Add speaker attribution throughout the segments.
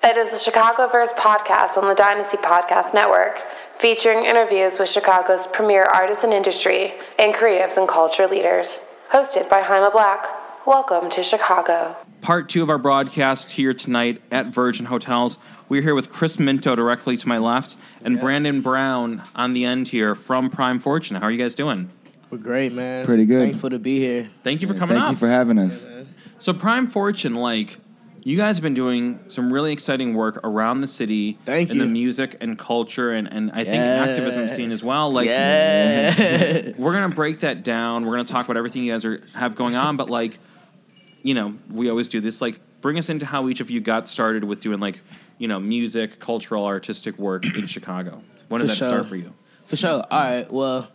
Speaker 1: It is the Chicago Verse podcast on the Dynasty Podcast Network, featuring interviews with Chicago's premier artists and industry and creatives and culture leaders. Hosted by Haima Black. Welcome to Chicago.
Speaker 2: part two of our broadcast here tonight at Virgin Hotels. We're here with Chris Minto directly to my left and Brandon Brown on the end here from Prime Fortune. How are you guys doing?
Speaker 3: We're great, man.
Speaker 4: Pretty good.
Speaker 3: Thankful to be here.
Speaker 2: Thank you for coming
Speaker 4: Thank
Speaker 2: up.
Speaker 4: you for having us.
Speaker 2: so Prime Fortune, like you guys have been doing some really exciting work around the city
Speaker 3: Thank
Speaker 2: in the
Speaker 3: you.
Speaker 2: music and culture and, and I think activism
Speaker 3: Yes.
Speaker 2: scene as well. Like
Speaker 3: Yeah.
Speaker 2: we're gonna break that down. We're gonna talk about everything you guys are have going on, but like, you know, we always do this. Like, bring us into how each of you got started with doing like, you know, music, cultural, artistic work in Chicago. When did
Speaker 3: For
Speaker 2: that
Speaker 3: sure.
Speaker 2: start for you?
Speaker 3: For sure. All right. Well,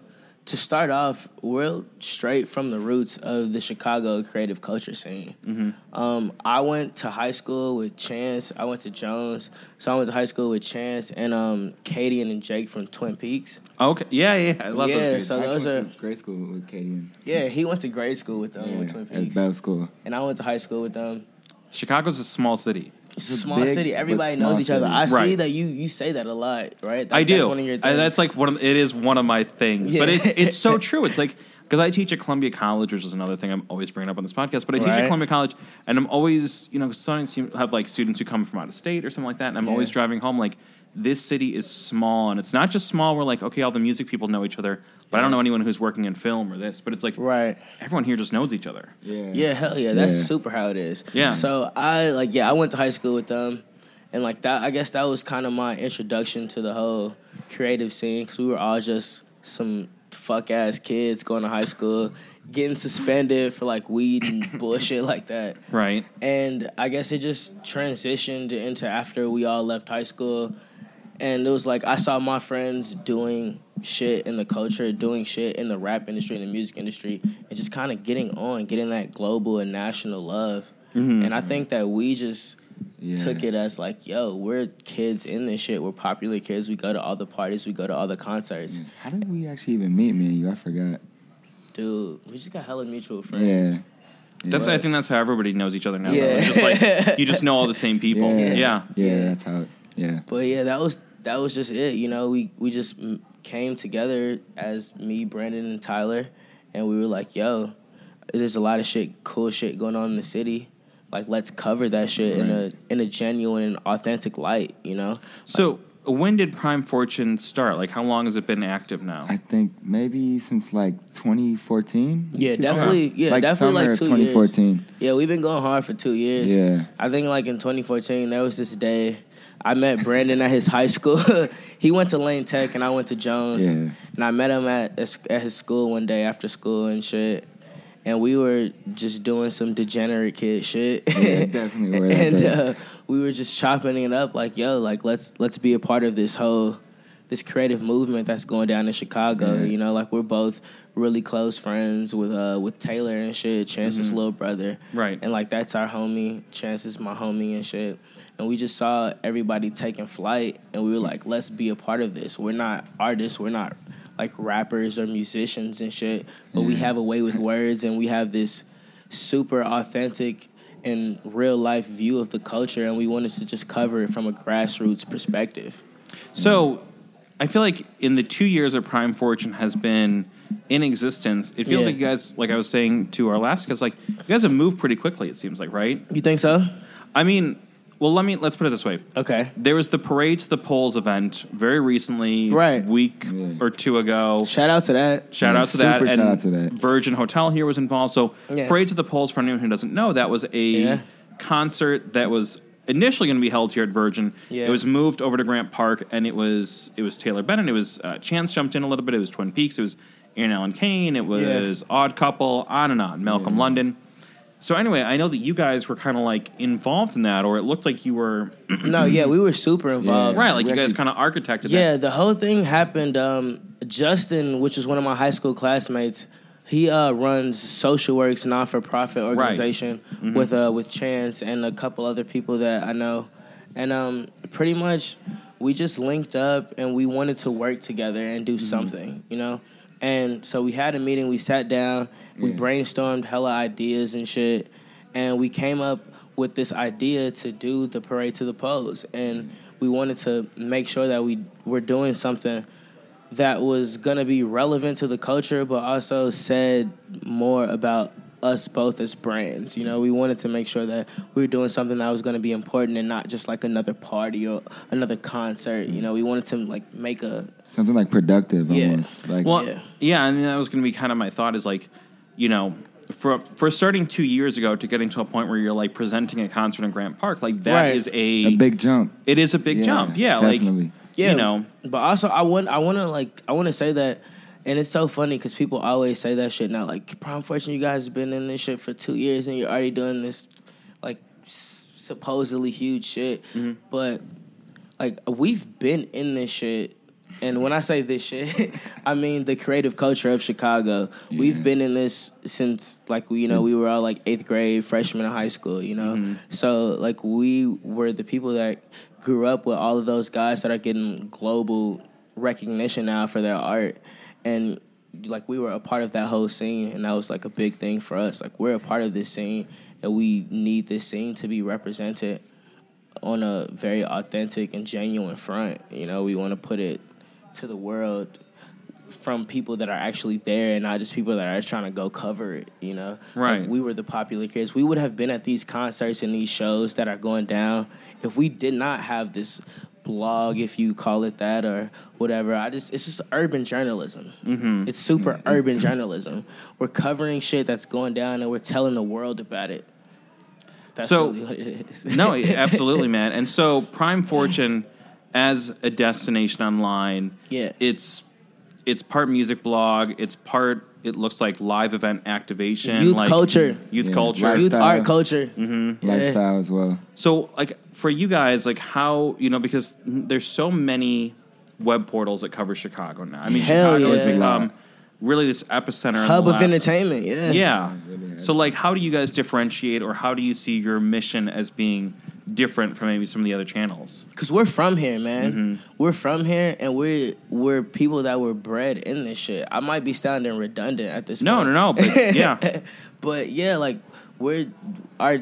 Speaker 3: to start off, we're straight from the roots of the Chicago creative culture scene.
Speaker 2: Mm-hmm.
Speaker 3: Um, I went to high school with Chance. I went to Jones. So I went to high school with Chance and um, Katie and Jake from Twin Peaks.
Speaker 2: Okay, yeah, yeah, I love
Speaker 3: Yeah,
Speaker 2: those dudes.
Speaker 3: so
Speaker 4: I
Speaker 3: those
Speaker 4: actually
Speaker 3: are
Speaker 4: went to grade school with Katie and
Speaker 3: yeah. He went to grade school with them with Oh, Twin
Speaker 4: yeah, at
Speaker 3: Peaks,
Speaker 4: Bell School.
Speaker 3: and I went to high school with them.
Speaker 2: Chicago's a small city.
Speaker 3: It's a small
Speaker 4: big
Speaker 3: city.
Speaker 4: but
Speaker 3: Everybody
Speaker 4: small
Speaker 3: knows each other.
Speaker 4: city.
Speaker 3: I see
Speaker 2: Right.
Speaker 3: that you you say that a lot, right? That-
Speaker 2: I do.
Speaker 3: That's one of your
Speaker 2: I-
Speaker 3: things.
Speaker 2: that's like one of it is one of my things. But
Speaker 3: Yeah.
Speaker 2: it's it's so true. It's like because I teach at Columbia College, which is another thing I'm always bringing up on this podcast. But I teach at
Speaker 3: Right.
Speaker 2: Columbia College, and I'm always you know sometimes you have like students who come from out of state or something like that, and I'm
Speaker 3: Yeah.
Speaker 2: always driving home like this city is small, and it's not just small. We're like okay, all the music people know each other, but I don't know anyone who's working in film or this. But it's like
Speaker 3: right.
Speaker 2: everyone here just knows each other.
Speaker 4: Yeah.
Speaker 3: Yeah, hell yeah. That's
Speaker 4: Yeah.
Speaker 3: super how it is.
Speaker 2: Yeah.
Speaker 3: So I like yeah, I went to high school with them and like that I guess that was kind of my introduction to the whole creative scene cuz we were all just some fuck ass kids going to high school, getting suspended for like weed and bullshit like that.
Speaker 2: Right.
Speaker 3: And I guess it just transitioned into after we all left high school. And it was like I saw my friends doing shit in the culture, doing shit in the rap industry, in the music industry, and just kind of getting on, getting that global and national love. And I think that we just
Speaker 4: Mm-hmm. Yeah.
Speaker 3: took it as like, yo, we're kids in this shit. We're popular kids. We go to all the parties. We go to all the concerts.
Speaker 4: How did we actually even meet, me and you? I forgot.
Speaker 3: Dude, we just got hella mutual friends.
Speaker 4: Yeah.
Speaker 2: That's I
Speaker 3: Right.
Speaker 2: think that's how everybody knows each other now. though.
Speaker 3: Yeah.
Speaker 2: It's just like you just know all the same people.
Speaker 4: Yeah.
Speaker 2: yeah.
Speaker 4: Yeah, that's how. Yeah.
Speaker 3: But yeah, that was that was just it. You know, we we just m- came together as me, Brandon, and Tyler, and we were like, "Yo, there's a lot of shit, cool shit going on in the city. Like, let's cover that shit in a
Speaker 4: Right.
Speaker 3: in a genuine and authentic light." You know,
Speaker 2: So when did Prime Fortune start? Like how long has it been active now?
Speaker 4: I think maybe since like 2014.
Speaker 3: Yeah, definitely. Yeah,
Speaker 4: like
Speaker 3: definitely
Speaker 4: summer
Speaker 3: like
Speaker 4: of
Speaker 3: two
Speaker 4: 2014.
Speaker 3: Years. Yeah, we've been going hard for two years.
Speaker 4: Yeah.
Speaker 3: I think like in 2014, there was this day I met Brandon at his high school. he went to Lane Tech and I went to Jones.
Speaker 4: Yeah.
Speaker 3: And I met him at at his school one day after school and shit. And we were just doing some degenerate kid shit.
Speaker 4: Yeah, definitely were that
Speaker 3: and
Speaker 4: day.
Speaker 3: uh, we were just chopping it up, like, yo, like let's let's be a part of this whole this creative movement that's going down in Chicago.
Speaker 4: Yeah.
Speaker 3: You know, like we're both really close friends with uh with Taylor and shit, Chance's little brother.
Speaker 2: Right.
Speaker 3: And like that's our homie. Chance is my homie and shit. And we just saw everybody taking flight and we were like, let's be a part of this. We're not artists, we're not like rappers or musicians and shit. But we have a way with words and we have this super authentic and real life view of the culture and we wanted to just cover it from a grassroots perspective.
Speaker 2: So I feel like in the two years that Prime Fortune has been in existence, it feels
Speaker 3: Yeah.
Speaker 2: like you guys, like I was saying to our last guest, like you guys have moved pretty quickly. It seems like, right?
Speaker 3: You think so?
Speaker 2: I mean, well, let me let's put it this way.
Speaker 3: Okay.
Speaker 2: There was the parade to the polls event very recently,
Speaker 3: Right.
Speaker 2: Week
Speaker 4: Yeah.
Speaker 2: or two ago.
Speaker 3: Shout out to that.
Speaker 2: Shout
Speaker 4: Yeah,
Speaker 2: out to that.
Speaker 4: Hmm, super
Speaker 2: and
Speaker 4: shout out to that.
Speaker 2: Virgin Hotel here was involved. So
Speaker 3: Yeah.
Speaker 2: Parade to the Polls, for anyone who doesn't know, that was a
Speaker 3: Yeah.
Speaker 2: concert that was initially going to be held here at Virgin.
Speaker 3: Yeah.
Speaker 2: It was moved over to Grant Park, and it was it was Taylor Bennett. It was uh, Chance jumped in a little bit. It was Twin Peaks. It was Aaron Allen Kane. It was Odd Couple. On and on. Malcolm London. So anyway, I know that you guys were kind of like involved in that, or it looked like you were
Speaker 3: No, yeah, we were super involved.
Speaker 2: right, like
Speaker 4: we
Speaker 2: you guys
Speaker 4: actually-
Speaker 2: kind of architected.
Speaker 3: Uh, Yeah,
Speaker 2: that.
Speaker 3: the whole thing happened. Um, Justin, which is one of my high school classmates, he uh, runs Social Works non for profit organization with uh, with Chance and a couple other people that I know, and um, pretty much we just linked up and we wanted to work together and do something, you know. And so we had a meeting. We sat down. We
Speaker 4: Yeah.
Speaker 3: brainstormed hella ideas and shit, and we came up with this idea to do the parade to the polls, and we wanted to make sure that we were doing something that was gonna be relevant to the culture, but also said more about us both as brands. You know, we wanted to make sure that we were doing something that was gonna be important and not just like another party or another concert. You know, we wanted to like make a
Speaker 4: Something like productive
Speaker 3: Yeah.
Speaker 4: almost. Like
Speaker 2: Well,
Speaker 3: Yeah.
Speaker 2: yeah, I mean that was going to be kind of my thought is like, you know, for for starting two years ago to getting to a point where you're like presenting a concert in Grant Park, like that
Speaker 3: Right.
Speaker 2: is
Speaker 4: a big jump.
Speaker 2: It is a big
Speaker 4: Yeah,
Speaker 2: jump. Yeah,
Speaker 4: definitely.
Speaker 2: like you know,
Speaker 3: But also, I want I want to like I want to say that, and it's so funny because people always say that shit now. Like prom fortune, you guys have been in this shit for two years and you're already doing this, like s- supposedly huge shit. But like we've been in this shit. And when I say this shit, I mean the creative culture of Chicago. We've been in this since like we- you know we were all like eighth grade, freshman in high school. You know, so like we were the people that grew up with all of those guys that are getting global recognition now for their art, and like we were a part of that whole scene, and that was like a big thing for us. Like we're a part of this scene, and we need this scene to be represented on a very authentic and genuine front. You know, we want to put it to the world from people that are actually there and not just people that are trying to go cover it, you know?
Speaker 2: Right.
Speaker 3: Like, we were the popular kids. We would have been at these concerts and these shows that are going down if we did not have this blog, if you call it that, or whatever. I just, it's just urban journalism. Mm-hmm. It's super urban journalism. We're covering shit that's going down and we're telling the world about it. That's
Speaker 2: So-
Speaker 3: really what it is.
Speaker 2: no, yeah, absolutely, man. And so Prime Fortune as a destination online,
Speaker 3: Yeah.
Speaker 2: it's it's part music blog, it's part it looks like live event activation,
Speaker 3: Youth
Speaker 2: like
Speaker 3: culture.
Speaker 2: youth
Speaker 4: Yeah,
Speaker 2: culture,
Speaker 4: right.
Speaker 3: youth
Speaker 4: Lifestyle.
Speaker 3: art culture.
Speaker 2: Mm-hmm.
Speaker 4: Lifestyle as well.
Speaker 2: So, like for you guys, like how you know because there's so many web portals that cover Chicago now. I mean,
Speaker 3: Hell
Speaker 2: Chicago has
Speaker 3: yeah.
Speaker 2: become really this epicenter, in
Speaker 3: Hub
Speaker 2: the
Speaker 3: of
Speaker 2: last-
Speaker 3: entertainment. Yeah.
Speaker 2: Yeah.
Speaker 4: Yeah, it really has.
Speaker 2: So, like, how do you guys differentiate, or how do you see your mission as being different from maybe some of the other channels?
Speaker 3: Cause we're from here, man.
Speaker 2: Mm-hmm.
Speaker 3: We're from here, and we're we're people that were bred in this shit. I might be sounding redundant at this.
Speaker 2: No,
Speaker 3: point.
Speaker 2: no, no. But yeah,
Speaker 3: But yeah, like we're our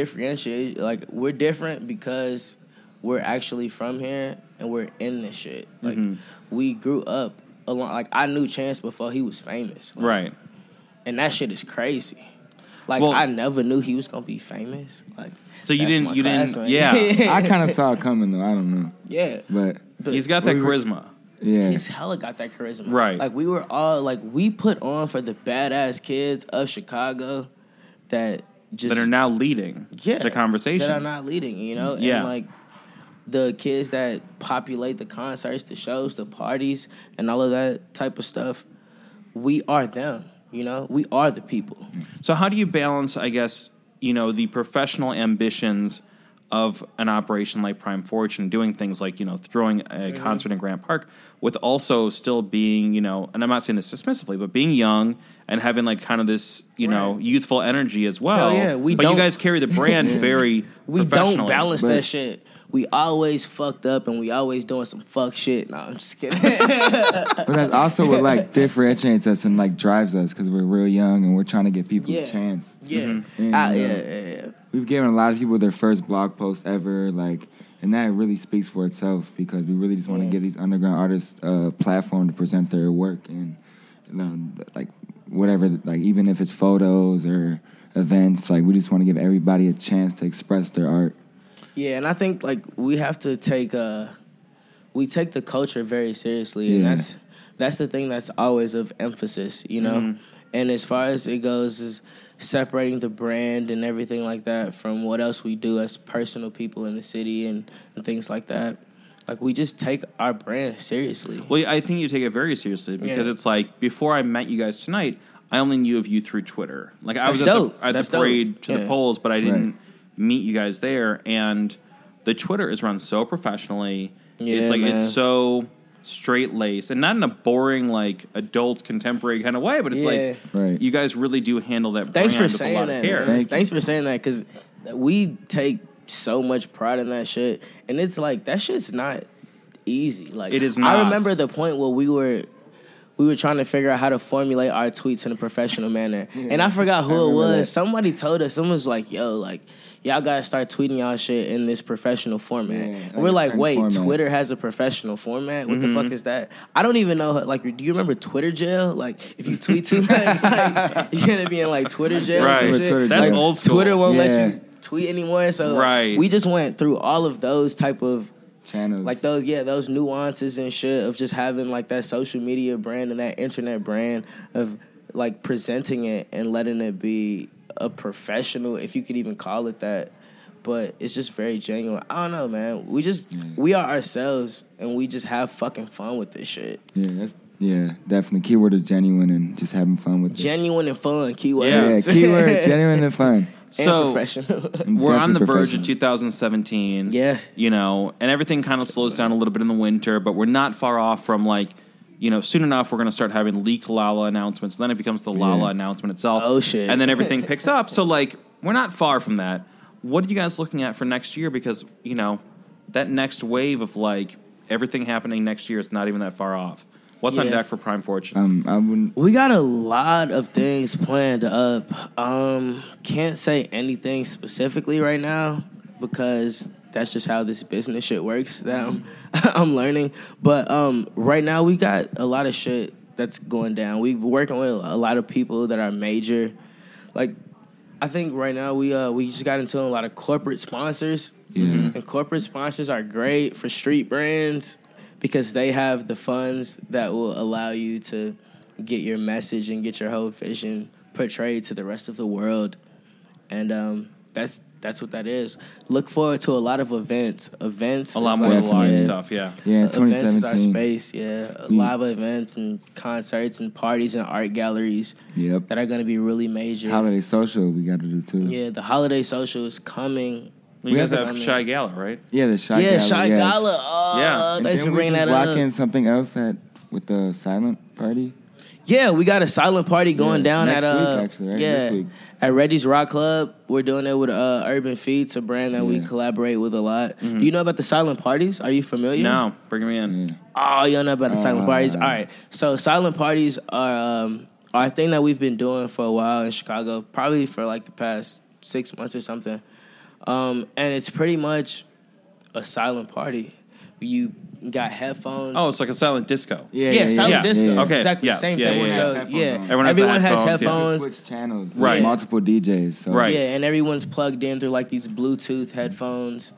Speaker 3: differentiate like we're different because we're actually from here and we're in this shit. Like
Speaker 2: Mm-hmm.
Speaker 3: we grew up along like I knew Chance before he was famous. Like,
Speaker 2: right.
Speaker 3: And that shit is crazy. Like
Speaker 2: Well-
Speaker 3: I never knew he was gonna be famous. Like
Speaker 2: So you
Speaker 3: that's
Speaker 2: didn't-
Speaker 3: my
Speaker 2: you didn't-
Speaker 3: classmate.
Speaker 2: yeah.
Speaker 4: I kind of saw it coming though. I don't know,
Speaker 3: yeah.
Speaker 4: but
Speaker 3: But
Speaker 2: He's got that
Speaker 3: we were-
Speaker 2: charisma.
Speaker 4: yeah,
Speaker 3: He's hella got that charisma.
Speaker 2: Right.
Speaker 3: Like we were all like we put on for the badass kids of Chicago that just
Speaker 2: That are now leading
Speaker 3: yeah,
Speaker 2: the conversation.
Speaker 3: that are not leading, you know?
Speaker 2: Yeah.
Speaker 3: And like the kids that populate the concerts, the shows, the parties, and all of that type of stuff, we are them, you know? We are the people.
Speaker 2: So how do you balance, I guess, you know, the professional ambitions of an operation like Prime Fortune, doing things like, you know, throwing a
Speaker 3: Mm-hmm.
Speaker 2: concert in Grant Park with also still being, you know, and I'm not saying this dismissively, but being young and having like kind of this, you know,
Speaker 3: Right.
Speaker 2: youthful energy as well.
Speaker 3: yeah, we
Speaker 2: but
Speaker 3: don't-
Speaker 2: you guys carry the brand very
Speaker 3: We don't
Speaker 2: professionally.
Speaker 3: balance
Speaker 4: But-
Speaker 3: that shit. We always fucked up and we always doing some fuck shit. No, I'm just kidding.
Speaker 4: but that's also what like differentiates us and like drives us because we're real young and we're trying to give people
Speaker 3: Yeah.
Speaker 4: a chance.
Speaker 3: yeah.
Speaker 4: And,
Speaker 3: Ah,
Speaker 4: uh,
Speaker 3: yeah, yeah, yeah.
Speaker 4: We've given a lot of people their first blog post ever, like, and that really speaks for itself because we really just want to give these underground artists a platform to present their work and, you know, like, whatever, like, even if it's photos or events, like, we just want to give everybody a chance to express their art.
Speaker 3: Yeah, and I think like we have to take uh we take the culture very seriously and
Speaker 4: Yeah.
Speaker 3: that's that's the thing that's always of emphasis, you know. And as far as it goes is separating the brand and everything like that from what else we do as personal people in the city and, and things like that. Like we just take our brand seriously.
Speaker 2: Well, I think you take it very seriously because
Speaker 3: Yeah.
Speaker 2: it's like before I met you guys tonight, I only knew of you through Twitter. Like I was
Speaker 3: That's
Speaker 2: at
Speaker 3: dope.
Speaker 2: the, at
Speaker 3: That's
Speaker 2: the parade
Speaker 3: dope.
Speaker 2: to
Speaker 3: Yeah.
Speaker 2: the polls, but I didn't
Speaker 4: Right.
Speaker 2: meet you guys there. And the Twitter is run so professionally.
Speaker 3: Yeah,
Speaker 2: it's like
Speaker 3: man.
Speaker 2: it's so straight laced and not in a boring like adult contemporary kind of way, but it's like
Speaker 3: Yeah.
Speaker 4: Right.
Speaker 2: you guys really do handle that.
Speaker 3: Thanks
Speaker 2: brand
Speaker 3: for saying
Speaker 2: with a lot
Speaker 3: that.
Speaker 2: Of care.
Speaker 3: man.
Speaker 4: Thank you.
Speaker 3: Thanks for saying that because we take so much pride in that shit, and it's like that shit's not easy. Like
Speaker 2: It is
Speaker 3: I
Speaker 2: not.
Speaker 3: remember the point where we were we were trying to figure out how to formulate our tweets in a professional manner. And I forgot who
Speaker 4: I
Speaker 3: it
Speaker 4: remember
Speaker 3: was.
Speaker 4: that.
Speaker 3: Somebody told us, someone was like, yo, like, y'all gotta start tweeting y'all shit in this professional format.
Speaker 4: Yeah,
Speaker 3: and
Speaker 4: like
Speaker 3: we're
Speaker 4: a
Speaker 3: like,
Speaker 4: certain
Speaker 3: wait,
Speaker 4: format.
Speaker 3: Twitter has a professional format? What
Speaker 2: Mm-hmm.
Speaker 3: the fuck is that? I don't even know, like, do you remember Twitter jail? Like, if you tweet too much, like, you're gonna be in, like, Twitter jail. or some
Speaker 2: Right.
Speaker 3: shit.
Speaker 4: Twitter
Speaker 2: That's
Speaker 3: Like,
Speaker 4: jail.
Speaker 2: old school.
Speaker 3: Twitter won't
Speaker 4: Yeah.
Speaker 3: let you tweet anymore. So like,
Speaker 2: Right.
Speaker 3: we just went through all of those type of
Speaker 4: channels.
Speaker 3: like those yeah those nuances and shit of just having like that social media brand and that internet brand of like presenting it and letting it be a professional if you could even call it that but it's just very genuine i don't know man we just we are ourselves and we just have fucking fun with this shit
Speaker 4: Yeah, that's, yeah, definitely. Keyword is genuine and just having fun with it.
Speaker 3: genuine and fun
Speaker 4: Yeah,
Speaker 3: keywords
Speaker 4: keyword genuine and fun.
Speaker 3: and
Speaker 2: So
Speaker 3: professional
Speaker 4: And
Speaker 2: we're on the
Speaker 4: definitely
Speaker 2: verge of
Speaker 4: professional.
Speaker 2: 2017.
Speaker 3: Yeah.
Speaker 2: You know, and everything kind of slows down a little bit in the winter, but we're not far off from like, you know, soon enough we're going to start having leaked Lala announcements. Then it becomes the Lala
Speaker 4: Yeah.
Speaker 2: announcement itself.
Speaker 3: Oh, shit.
Speaker 2: And then everything picks up. So like, we're not far from that. What are you guys looking at for next year? Because you know, that next wave of like everything happening next year is not even that far off. What's on
Speaker 3: Yeah.
Speaker 2: deck for Prime Fortune?
Speaker 4: Um, I wouldn't.
Speaker 3: We got a lot of things planned up. Um, can't say anything specifically right now because that's just how this business shit works that I'm I'm learning. But um, right now we got a lot of shit that's going down. We're working with a lot of people that are major. Like I think right now we uh we just got into a lot of corporate sponsors.
Speaker 4: Yeah.
Speaker 3: And corporate sponsors are great for street brands because they have the funds that will allow you to get your message and get your whole vision portrayed to the rest of the world. And um, that's that's what that is. Look forward to a lot of events. Events
Speaker 2: a lot
Speaker 3: is
Speaker 2: more
Speaker 3: like-
Speaker 4: Definitely.
Speaker 2: live
Speaker 4: Yeah.
Speaker 2: stuff, yeah.
Speaker 4: Yeah,
Speaker 3: Events is our
Speaker 4: 2017.
Speaker 3: space, yeah.
Speaker 2: Mm.
Speaker 3: Live events and concerts and parties and art galleries
Speaker 4: Yep.
Speaker 3: that are going to be really major.
Speaker 4: Holiday social, we got to do too.
Speaker 3: yeah, the holiday social is coming.
Speaker 2: You
Speaker 4: We
Speaker 2: guys
Speaker 4: have-
Speaker 2: have Shy Gala, right?
Speaker 4: Yeah, the Shy
Speaker 3: yeah,
Speaker 4: Gala,
Speaker 3: Shy
Speaker 4: yes.
Speaker 3: Gala. Oh,
Speaker 2: Yeah.
Speaker 4: And
Speaker 3: thanks
Speaker 4: then
Speaker 3: for
Speaker 4: we
Speaker 3: bringing
Speaker 4: just
Speaker 3: that
Speaker 4: lock
Speaker 3: up.
Speaker 4: in something else at with the silent party.
Speaker 3: Yeah, we got a silent party going
Speaker 4: Yeah,
Speaker 3: down
Speaker 4: next
Speaker 3: at uh,
Speaker 4: week, actually, right?
Speaker 3: yeah,
Speaker 4: This week.
Speaker 3: at Reggie's Rock Club. We're doing it with uh, Urban Feeds, a brand that we
Speaker 4: Yeah. Mm-hmm.
Speaker 3: collaborate with a lot. Do you know about the silent parties? Are you familiar?
Speaker 2: No, bring me in.
Speaker 4: Yeah.
Speaker 3: Oh, you don't know about the silent
Speaker 4: Uh.
Speaker 3: parties? All right. So silent parties are um, are a thing that we've been doing for a while in Chicago, probably for like the past six months or something. Um, and it's pretty much a silent party. You got headphones.
Speaker 2: Oh, it's like a silent disco.
Speaker 4: Yeah,
Speaker 3: yeah, silent
Speaker 2: yeah.
Speaker 3: disco.
Speaker 4: Yeah.
Speaker 2: Okay,
Speaker 3: exactly
Speaker 2: yes,
Speaker 3: the same
Speaker 2: yeah,
Speaker 3: thing.
Speaker 2: yeah,
Speaker 3: so,
Speaker 4: yeah.
Speaker 3: yeah,
Speaker 4: Everyone
Speaker 2: has the
Speaker 3: everyone has
Speaker 2: headphones, yeah.
Speaker 3: headphones.
Speaker 4: Switch channels. There's
Speaker 2: Right.
Speaker 4: Multiple DJs. So
Speaker 2: Right.
Speaker 3: Yeah, and everyone's plugged in through like these Bluetooth headphones,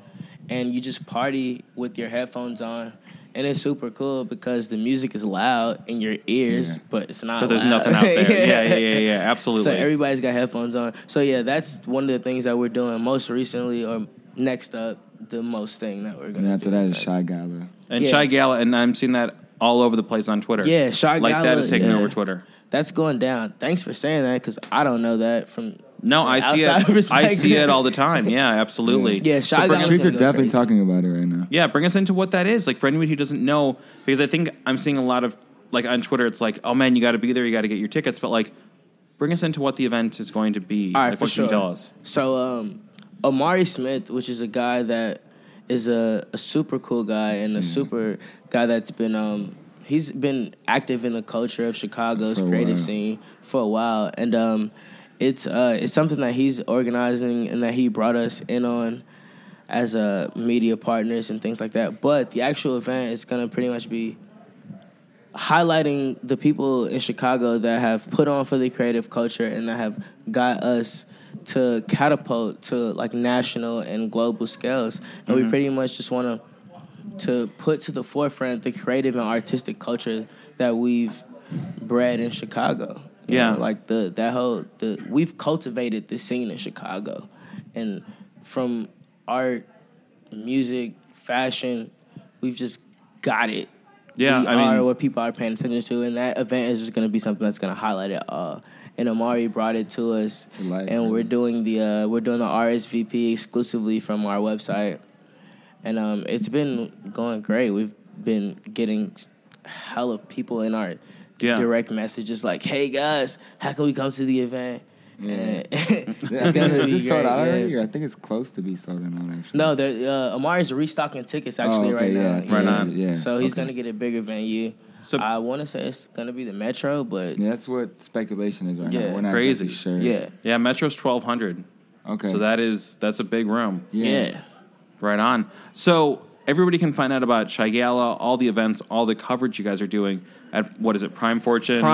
Speaker 3: and you just party with your headphones on, and it's super cool because the music is loud in your ears,
Speaker 4: Yeah.
Speaker 3: but it's not.
Speaker 2: But there's
Speaker 3: loud.
Speaker 2: nothing out there. yeah. yeah, yeah, yeah, absolutely.
Speaker 3: So everybody's got headphones on. So yeah, that's one of the things that we're doing most recently, or next up, the most thing that we're
Speaker 4: And
Speaker 3: gonna.
Speaker 4: then after
Speaker 3: do
Speaker 4: that is
Speaker 3: next.
Speaker 4: Shy Gala.
Speaker 2: And
Speaker 3: Yeah.
Speaker 2: Shy Gala, and I'm seeing that all over the place on Twitter.
Speaker 3: Yeah, Shy
Speaker 2: Like that
Speaker 3: Gala,
Speaker 2: is taking
Speaker 3: yeah.
Speaker 2: over Twitter.
Speaker 3: That's going down. Thanks for saying that because I don't know that from.
Speaker 2: No, I see
Speaker 3: Outside
Speaker 2: it. I
Speaker 3: perspective.
Speaker 2: see it all the time. Yeah, absolutely.
Speaker 3: Yeah, Shy
Speaker 2: bring
Speaker 3: Gala's
Speaker 2: us-
Speaker 4: Streets are
Speaker 3: go
Speaker 4: definitely
Speaker 3: crazy.
Speaker 4: talking about it right now.
Speaker 2: Yeah, bring us into what that is. Like for anyone who doesn't know, because I think I'm seeing a lot of like on Twitter. It's like, oh man, you got to be there. You got to get your tickets. But like, bring us into what the event is going to be.
Speaker 3: All right,
Speaker 2: Like,
Speaker 3: for
Speaker 2: what
Speaker 3: sure.
Speaker 2: Can you tell us.
Speaker 3: So, um, Amari Smith, which is a guy that is a, a super cool guy and
Speaker 2: Mm-hmm.
Speaker 3: a super guy that's been um, he's been active in the culture of Chicago's
Speaker 4: For a
Speaker 3: creative
Speaker 4: while.
Speaker 3: scene for a while, and um, it's uh, it's something that he's organizing and that he brought us in on as uh, media partners and things like that. But the actual event is gonna pretty much be highlighting the people in Chicago that have put on for the creative culture and that have got us to catapult to like national and global scales. And we pretty much just want to to put to the forefront the creative and artistic culture that we've bred in Chicago. You
Speaker 2: Yeah.
Speaker 3: know, like the that whole the we've cultivated the scene in Chicago, and from art, music, fashion, we've just got it.
Speaker 2: Yeah,
Speaker 3: we
Speaker 2: I mean-
Speaker 3: are what people are paying attention to, and that event is just going to be something that's going to highlight it all. And Amari brought it to us,
Speaker 4: To life,
Speaker 3: and we're
Speaker 4: yeah.
Speaker 3: doing the uh, we're doing the RSVP exclusively from our website and um, it's been going great. We've been getting hella people in our
Speaker 2: Yeah.
Speaker 3: direct messages like, "Hey guys, how can we come to the event?" And
Speaker 4: I
Speaker 3: it's
Speaker 4: think-
Speaker 3: gonna
Speaker 4: is
Speaker 3: be
Speaker 4: this sold
Speaker 3: great,
Speaker 4: out
Speaker 3: yeah.
Speaker 4: already? Or I think it's close to be sold out actually.
Speaker 3: No, they're, uh, Amari's restocking tickets actually
Speaker 4: Oh, okay,
Speaker 3: right
Speaker 4: yeah,
Speaker 3: now.
Speaker 4: I think
Speaker 2: Right
Speaker 4: that's
Speaker 2: on.
Speaker 4: it, yeah,
Speaker 3: So he's
Speaker 4: okay.
Speaker 3: gonna get a bigger venue.
Speaker 2: So-
Speaker 3: I want to say it's gonna be the Metro, but
Speaker 4: Yeah, that's what speculation is right
Speaker 3: Yeah.
Speaker 4: now. We're not
Speaker 2: Crazy.
Speaker 4: exactly sure.
Speaker 3: yeah,
Speaker 2: Yeah, Metro's twelve hundred.
Speaker 4: Okay.
Speaker 2: So that is that's a big room.
Speaker 3: yeah,
Speaker 2: Right on. So everybody can find out about Chi Gala, all the events, all the coverage you guys are doing at what is it, Prime Fortune?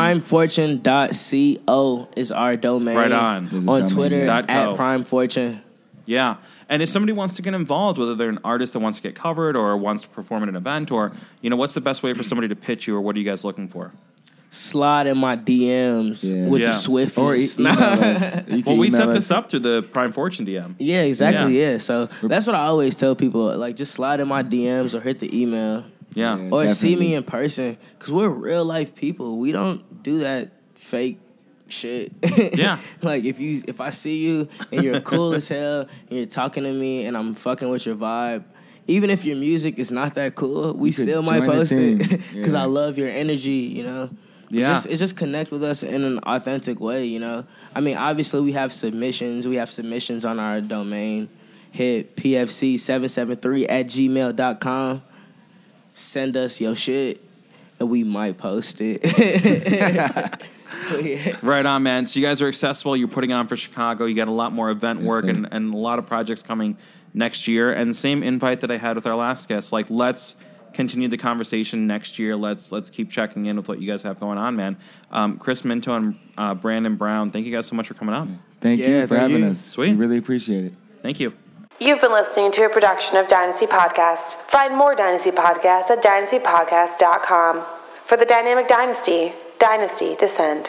Speaker 3: primefortune.co is our domain.
Speaker 2: Right on. This
Speaker 4: is
Speaker 3: On
Speaker 4: domain,
Speaker 3: Twitter
Speaker 4: yeah.
Speaker 2: Dot co.
Speaker 3: at primefortune.
Speaker 2: Yeah. And if somebody wants to get involved, whether they're an artist that wants to get covered or wants to perform at an event or you know, what's the best way for somebody to pitch you or what are you guys looking for?
Speaker 3: Slide in my DMs
Speaker 4: Yeah.
Speaker 3: with
Speaker 2: Yeah.
Speaker 3: the Swifties.
Speaker 4: Or e- email us. You can
Speaker 2: Well, we
Speaker 4: email
Speaker 2: set
Speaker 4: us.
Speaker 2: this up through the Prime Fortune DM.
Speaker 3: yeah, exactly.
Speaker 2: Yeah.
Speaker 3: Yeah. So that's what I always tell people. Like, just slide in my DMs or hit the email.
Speaker 2: Yeah.
Speaker 4: Yeah.
Speaker 3: or see
Speaker 4: definitely.
Speaker 3: me in person because we're real life people. We don't do that fake shit.
Speaker 2: Yeah.
Speaker 3: like if you if I see you and you're cool as hell and you're talking to me and I'm fucking with your vibe. Even if your music is not that cool, we
Speaker 4: could
Speaker 3: still might
Speaker 4: join the
Speaker 3: post
Speaker 4: team.
Speaker 3: it because
Speaker 4: Yeah.
Speaker 3: I love your energy. You know,
Speaker 2: Yeah.
Speaker 3: It's just, it's just connect with us in an authentic way. You know, I mean, obviously we have submissions. We have submissions on our domain. Hit pfc seven seven three at gmail.com send us your shit and we might post it. But yeah.
Speaker 2: Right on, man. So you guys are accessible. You're putting on for Chicago. You got a lot more event work
Speaker 4: sir.
Speaker 2: and, and a lot of projects coming next year. And same invite that I had with our last guest. Like, let's continue the conversation next year. Let's let's keep checking in with what you guys have going on, man. Um, Chris Minto and uh, Brandon Brown, thank you guys so much for coming on.
Speaker 4: Thank
Speaker 3: Yeah,
Speaker 4: you for
Speaker 3: thank
Speaker 4: having
Speaker 3: you.
Speaker 4: us.
Speaker 2: Sweet.
Speaker 4: We really appreciate it.
Speaker 2: Thank you.
Speaker 1: You've been listening to a production of Dynasty Podcast. Find more Dynasty Podcasts at dynastypodcast.com. For the Dynamic Dynasty, Dynasty Descend.